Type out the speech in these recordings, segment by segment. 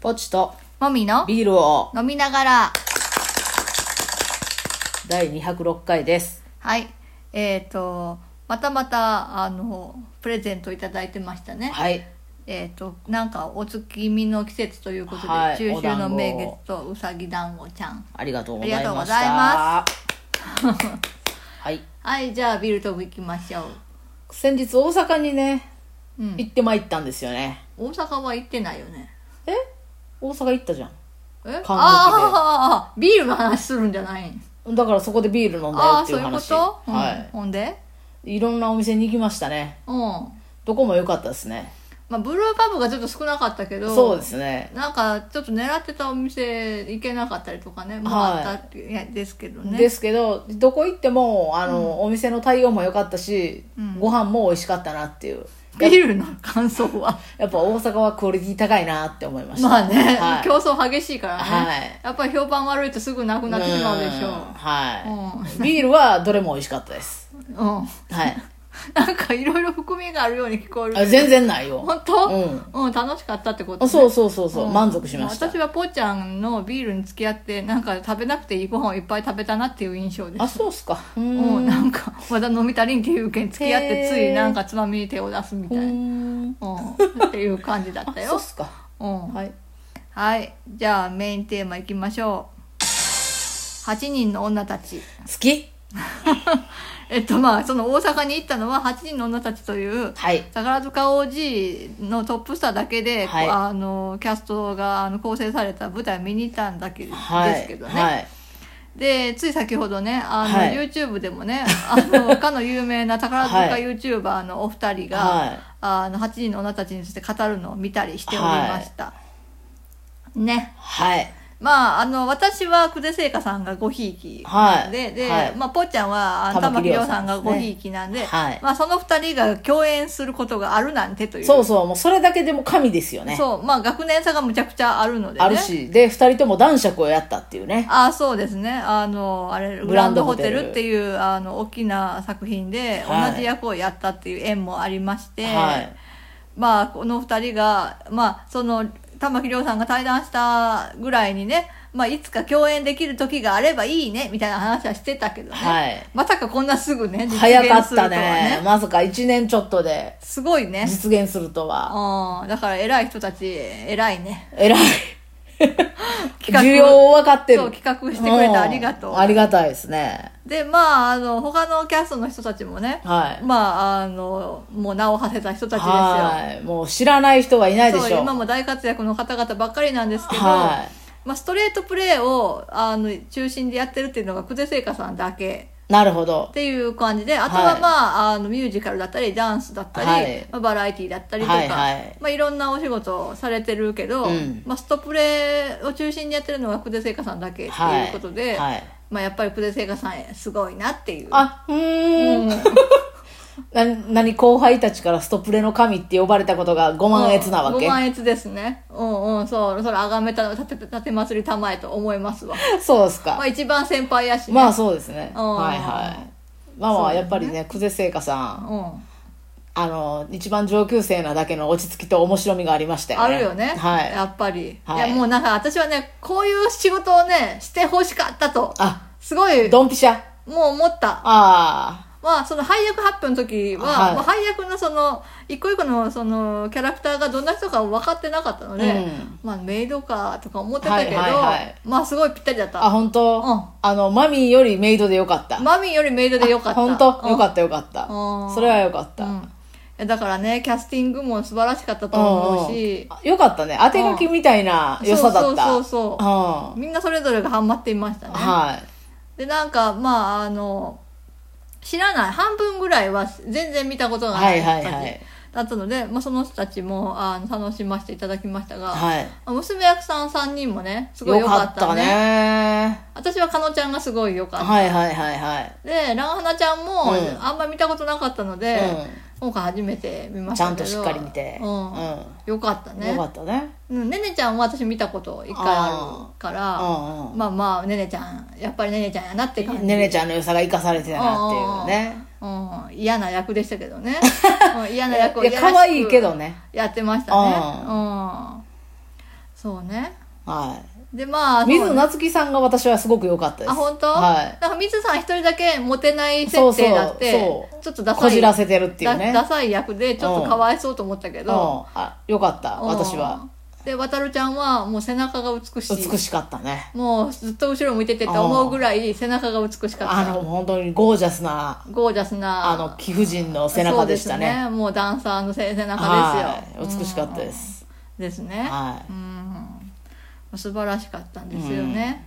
ポチともみのビールを飲みながら第206回です。はいえっ、とまたまたあのプレゼントいただいてましたね、はい。えっ、となんかお月見の季節ということで、はい中秋おの団子名月とうさぎ団子ちゃんありがとうございました。ありがとうございまはい。はいじゃあビールトーク行きましょ先日大阪にね、う、うん、行ってまいったんですよね。大阪は行ってないよねえ大阪行ったじゃえあ観光地であービールの話するんじゃないんん。だからそこでビール飲んだよああってそいうういうこ話。と、うんはほんでい。いろんなお店に行きましたね。うんどこも良かったですね。まあブルーパブがちょっと少なかったけどそうですね。なんかちょっと狙ってたお店行けなかったりとかね、まあ、あったっていやですけどねですけどどこ行ってもあの、お店の対応も良かったし、うんご飯も美味しかったなっていうビールの感想はやっぱ大阪はクオリティ高いなって思い ましたまあね、はい競争激しいからね、はいやっぱり評判悪いとすぐなくなってしまうでしょんはうい、ビールはどれも美味しかったですううん、 はいなんかいろいろ含みがあるように聞こえるあ全然ないよ本当、うんうん楽しかったってこと、あね、そうそうそうそう、ん満足しました私はぽーちゃんのビールに付き合ってなんか食べなくていいご飯をいっぱい食べたなっていう印象ですあそうっすかうもーうんなんかまだ飲み足りんっていうけん付き合ってへーついなんかつまみに手を出すみたういな、うん、ーんっていう感じだったあそうよっ、すかうん、はいはいじゃあメインテーマいきましょう8人の女たち好きえっとまあその大阪に行ったのは8人の女たちというはい宝塚 OG のトップスターだけで、はいこうあのキャストがあの構成された舞台を見に行ったんだけですはいけどね、はいでつい先ほどねあの、はい YouTube でもねあのかの有名な宝塚はい YouTuber のお二人が、はいあの8人の女たちについて語るのを見たりしておりました、ねはいまああの私は久世聖華さんがごひいきはいで,、ではいまあ、ぽっちゃんはあの玉玉木木亮亮ささんんですがねごひいきなんで、はいまあ、その二人が共演することがあるなんてというそうそうもうそれだけでも神ですよねそうまあ学年差がむちゃくちゃあるのでねあるしで2人とも男爵をやったっていうねあそうですねあのあれググラランンドドホホテテルルっていうあの大きな作品で、はい同じ役をやったっていう縁もありまして、はいまあこの2人がまあその玉木亮さんが対談したぐらいにね、まあ、いつか共演できる時があればいいねみたいな話はしてたけどね、はいまさかこんなすぐね実早か現っするとたはねねまさか1年ちょっとですごいね、実現するとはうん、だから偉い人たち偉いね偉い企画需要を分かってるそう企画してくれてありがとうんありがたいですねでまああの他のキャストの人たちもね、はいまああのもう名を馳せた人たちですよはいもう知らない人はいないでしょそう今も大活躍の方々ばっかりなんですけど、はまあ、ストレートプレーをあの中心でやってるっていうのが久世聖華さんだけいなるほどっていう感じであとは、はいまああのミュージカルだったりダンスだったり、はいまあ、バラエティーだったりとか、はいいはいまあ、いろんなお仕事をされてるけど、うんまあ、ストプレーを中心にやってるのが久世聖華さんだけってはいいうことで、はいまあ、やっぱり久世聖華さんすごいなっていう。あうーんうんな何後輩たちからストプレの神って呼ばれたことがご満悦なわごけ、満悦ですね。うんうん、そう、それ、あがめたの、たて、たて祭りたまえと思いますわ。そうですまかあ、一番先輩やし、ね。まあそうですねうんはいはいまあまあやっぱりね久世聖華さんうあの一番上級生なだけの落ち着きと面白みがありましたん。よねあるよね。はいやっぱり。はいい、や、もうなんか、私はね、こういう仕事をね、してほしかったと。あすごい、もドンピシャう思った。あまあ、その配役発表の時は、はいもう配役のその、一個一個のその、キャラクターがどんな人か分かってなかったので、うんまあ、メイドかとか思ってたけど、はいはいはいまあ、すごいぴったりだっああた。本当、うんあのマミーよりメイドでよかったマミーよりメイドでよかった。本当うんよかったよかったうんそれはよかった、ううんんいや、だからねキャスティングも素晴らしかったと思うしうんよかったね当て書きみたいな良さだったそうそうそうそううんみんなそれぞれがハマっていましたね、はいでなんかまああの知らない半分ぐらいは全然見たことがはないい人はたいちはいだったので、まあ、その人たちもあの楽しませていただきましたが、はい娘役さん3人もねすごよい良かかっったたねね私はかのちゃんがすごい良かった、はいはいはいはいでランハナちゃんも、うんあんま見たことなかったので、うん今回初めて見ましちゃたんけとどしっかり見てうんよかったねよかったねうんねねちゃんは私見たこと一回あるからうんうんまあまあねねちゃんやっぱりねねちゃんやなって感じねねちゃんの良さが生かされてたなっていうねうん、嫌な役でしたけ どね、うん嫌な役をいやらしく可愛いけどねやってましたねううん、そうねはでまあい。水そうね野夏樹さんが私はすごく良かったです。あ本当、はい。なんか水さん一人だけモテない設そうそう定になってそうちょっとダサいこじらせてるっていうね。ダダサい役でちょっとかわいそうと思ったけうん。ど、あ、良かった。うん私は。で渡るちゃんはもう背中が美しい美しかったね。もうずっと後ろ向いててと思うぐらい背中が美しかったあの、本当にゴージャスな、ゴージャスなあの、貴婦人の背中でしたね。そうですもうダンサーの背背中はですよ、い。美しかったでうんす。ですね、はうん素晴らしかったんですよね、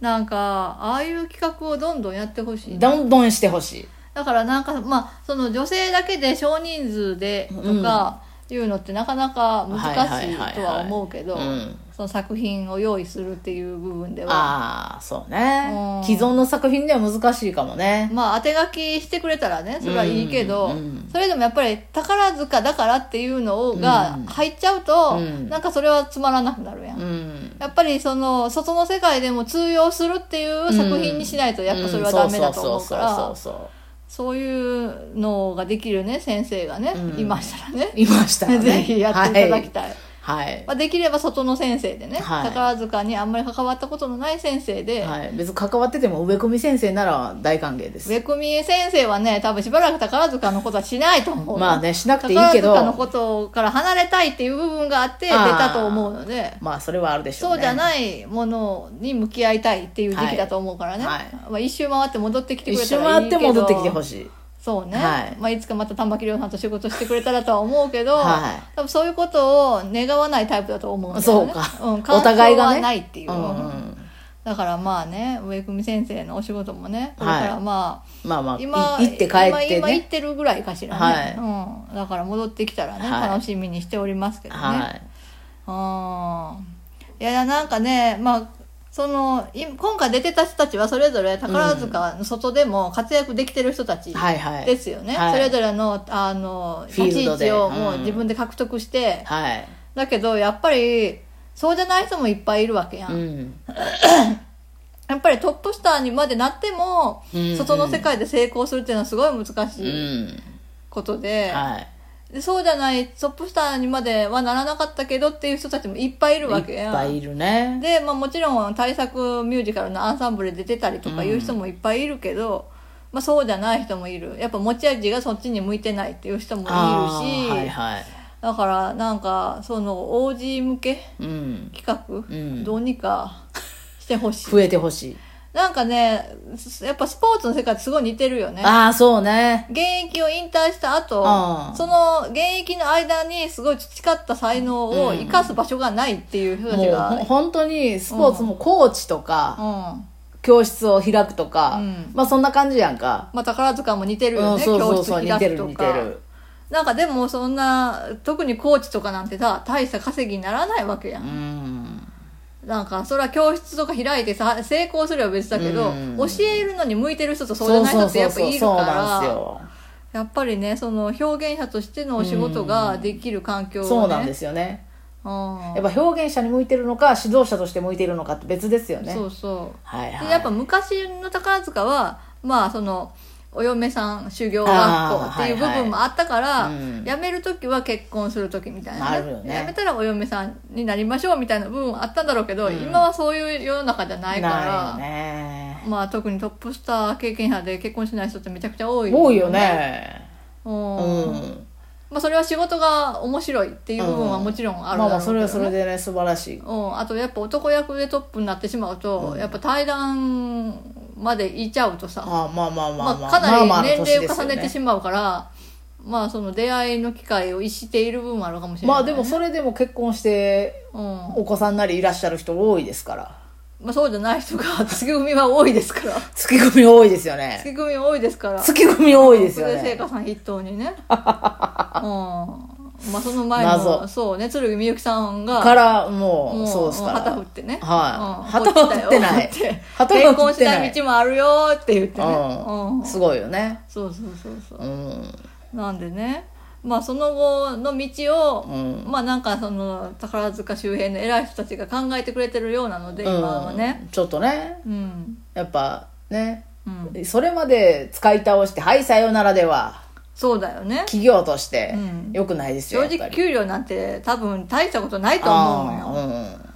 なんかああいう企画をどんどんやってほしいい。どんどんしてほしい。だからなんかまあその女性だけで少人数でとかいうのってなかなか難しいとは思うけどはいはいはいはいうんその作品を用意するっていう部分ではああ、そうねうん。既存の作品では難しいかもね。まあ当て書きしてくれたらねそれはいいけど、うんうんそれでもやっぱり宝塚だからっていうのがうん入っちゃうと、うんなんかそれはつまらなくなるやん。うん。やっぱりその外の世界でも通用するっていう作品にしないとやっぱそれはダメだと思うかんそらうそうそうそうそういうのができるね先生がね、うんいましたらね いましたらね。 ぜひやっていただきたい、はい。まあ、できれば外の先生でね、はい宝塚にあんまり関わったことのない先生で、はい。はい。別に関わってても植え込み先生なら大歓迎です。植込先生はね多分しばらく宝塚のことはしないと思うまあね、しなくていい宝けど塚、のことから離れたいっていう部分があって出あーたと思うのでまあそれはあるでしょうね。そうじゃい。ないものに向き合いたいっていう時期だと思うからね、はいまあ、一周回って戻ってきてく一れた周ら回っいいけてど戻ってきてほしい。そうね、はいまあ、いつかまた玉木亮さんと仕事してくれたらとは思うけど、はい多分そういうことを願わないタイプだと思うんだよねそうかん、お互いがね感想はないっていう、うんうん。だからまあね上組先生のお仕事もねこれはいからままあまあ、あ、い今行って帰って今今行ね。ってるぐらいかしらね、うん、だから戻ってきたらね、はい楽しみにしておりますけどね、はい。うんいやなんかねまあそのい今回出てた人たちはそれぞれ宝塚の外でも活躍できてる人たちはいはい。ですよね、はいそれぞれのあのフィー立ちル位ドで置をもううん自分で獲得して、はい。だけどやっぱりそうじゃない人もいっぱいいるわけやん、うん。やっぱりトップスターにまでなっても、うんうん外の世界で成功するっていうのはすごい難うしいん。ことで,、はい。でそうじゃないトップスターにまではならなかったけどっていう人たちもいっぱいいるわけいやっんぱいいるね。で、まあ、もちろん対策ミュージカルのアンサンブルで出てたりとかいう人もいっぱいいるけど、まあ、そうじゃない人もいるやっぱ持ち味がそっちに向いてないっていう人もいるし、あーはいはい。だからなんかその OG 向けうん。企画、んどうにかしてほしい増えてほしい。なんかねやっぱスポーツの世界とすごい似てるよねああ、そうね。現役を引退した後あーその現役の間にすごい培った才能を生かす場所がないっていう人たちもうが、ほ本当にスポーツもコーチとか、うん、教室を開くとか、うんまあそんな感じやんか。まあ、宝塚も似てるうよん、ね、そうそうそう、似教室て開くると似てかる。なんかでもそんな特にコーチとかなんてさ大した稼ぎにならないわけや、うんん。なんかそれは教室とか開いてさ成功すれば別だけど、うん教えるのに向いてる人とそうじゃない人ってやっぱいるそうなんですからよ。やっぱりねその表現者としてのお仕事ができる環境を、ね、そうなんですすよね。うん、やっぱ表現者に向いてるのか、指導者として向いてるのかって別ですよね。そうそうはいはい。でやっぱ昔の宝塚はまあそのお嫁さん修行学校っていう部分もあったから、あーはいはいうん辞める時は結婚する時みたいなな、るよね辞めたらお嫁さんになりましょうみたいな部分はあったんだろうけど、うん今はそういう世の中じゃないからないよね。まあ、特にトップスター経験者で結婚しない人ってめちゃくちゃ多い、多いよね。うんうん。まあ、それは仕事が面白いっていう部分はもちろんあるまだあまろうあ、けそど、ねれはそれでね、素晴らしい。うん、あとやっぱ男役でトップになってしまうと、やっぱ対談までいちゃうとさ、ああまあまあままああ、まあ。かまあまなあのり年年で齢をす重よねてしまうから、まあその出会いの機会を逸している部分もあるかもしれない、まあでも、それでも結婚して、うんまお子さんなりいらっしゃる人多いですから。あ、そうじゃない人が 月組は多いですから月組多いですよね。月組多いですから月組多いですよそれ聖ね。華さん筆頭にね、うん、まあその前の謎そうね鶴見みゆきさんがから、ももう、うそうですから。旗振ってね、はい。うん旗は振ってないこっちだよ。旗結は振婚っしてたないい。道もあるよーって言ってね、う。うんんすごいよね。そうそうそうそううん。なんでねまあその後の道を、うんまあなんかその宝塚周辺の偉い人たちが考えてくれてるようなので、今はねうんちょっとね、うん、やっぱね、うん、それまで使い倒して、はい、さようならでは、そうだよね企業としてうん良くないですよ。や正っぱ直り給料なんて多分大したことないと思うのよあーうん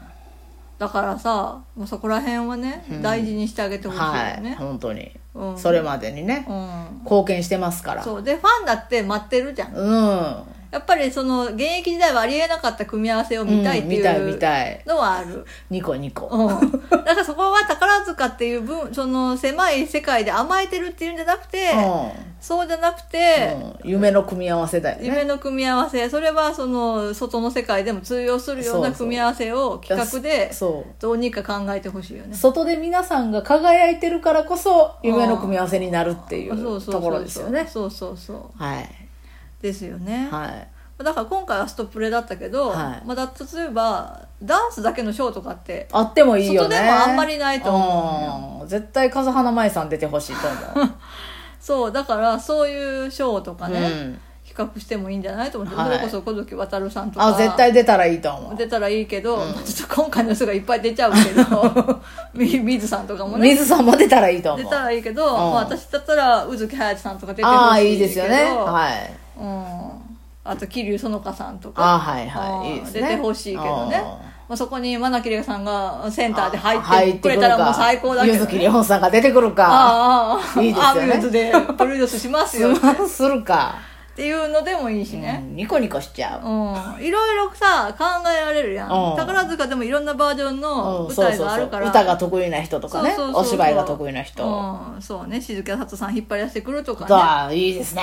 だからさもうそこら辺はね、ん大事にしてあげてほしいよはい、ね、本当に、うんそれまでにね、うん貢献してますからうそうでファンだって待ってるじゃんんやっぱりその現役時代はありえなかった組み合わせを見たいってういん見たい見うたいのはある、ニコニコ、うん、だからそこは宝塚っていう分その狭い世界で甘えてるっていうんじゃなくて、うそうじゃなくて、んうん夢の組み合わせだよね夢の組み合わせそれはその外の世界でも通用するようそうなそう組み合わせを企画でそどうにか考えてほしいようね外で皆さんが輝いてるからこそ夢の組み合わせになるっていうそうそうそうそうところですよねそうそうそうはいですよね、はいだから今回はストップレだったけど、はいまあ、だとすればダンスだけのショーとかってあってもいいよね外でもあんまりないと思思うん絶対風花舞さん出てほしいと思う、そうだからそういうショーとかうね、ん、比較してもいいんじゃないと思って、はいそれこそ小月渉さんとかあ絶対出たらいいと思出たらいいけど、まあちょっと今回の人がいっぱい出ちゃうけ どみ水さんとかもうね水さんも出たらいいと思出うたらいいけど、まあ、私だったら宇月隼さんとか出てほしいけどああいいですよねはいうん、あと桐生園香さんとあかあはいはうんいいいですね出てほしいけどねまあ、そこに真名桐さんがセンターで入あ入ってくれたらもう最高だけど、柚木ね、りほんさんが出てくるかああああいいですよねアミューズでプロデュースしますすよっまんするか、ていうのでもいいしうね、んニコニコしちゃううんいろいろさ考えられるやんうん宝塚でもいろんなバージョンのうんそう舞そう台そうがあるから、歌が得意な人とかねそうそうそうそうお芝居が得意な人、あうん、そうね静香里さん引っ張り出してくるとかねあいいですね、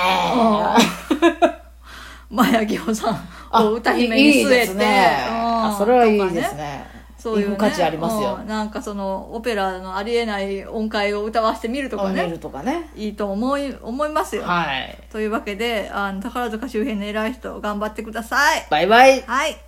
マヤギョさんあを歌姫いにい据えですてね、うあんそれはいいでとすかねそういう、行ね、く価値ありますようんなんかそのオペラのありえない音階を歌わせてみるとか見ねるとかねいいと思い思いますよ、はいというわけであの宝塚周辺の偉い人頑張ってくださいバイバイはい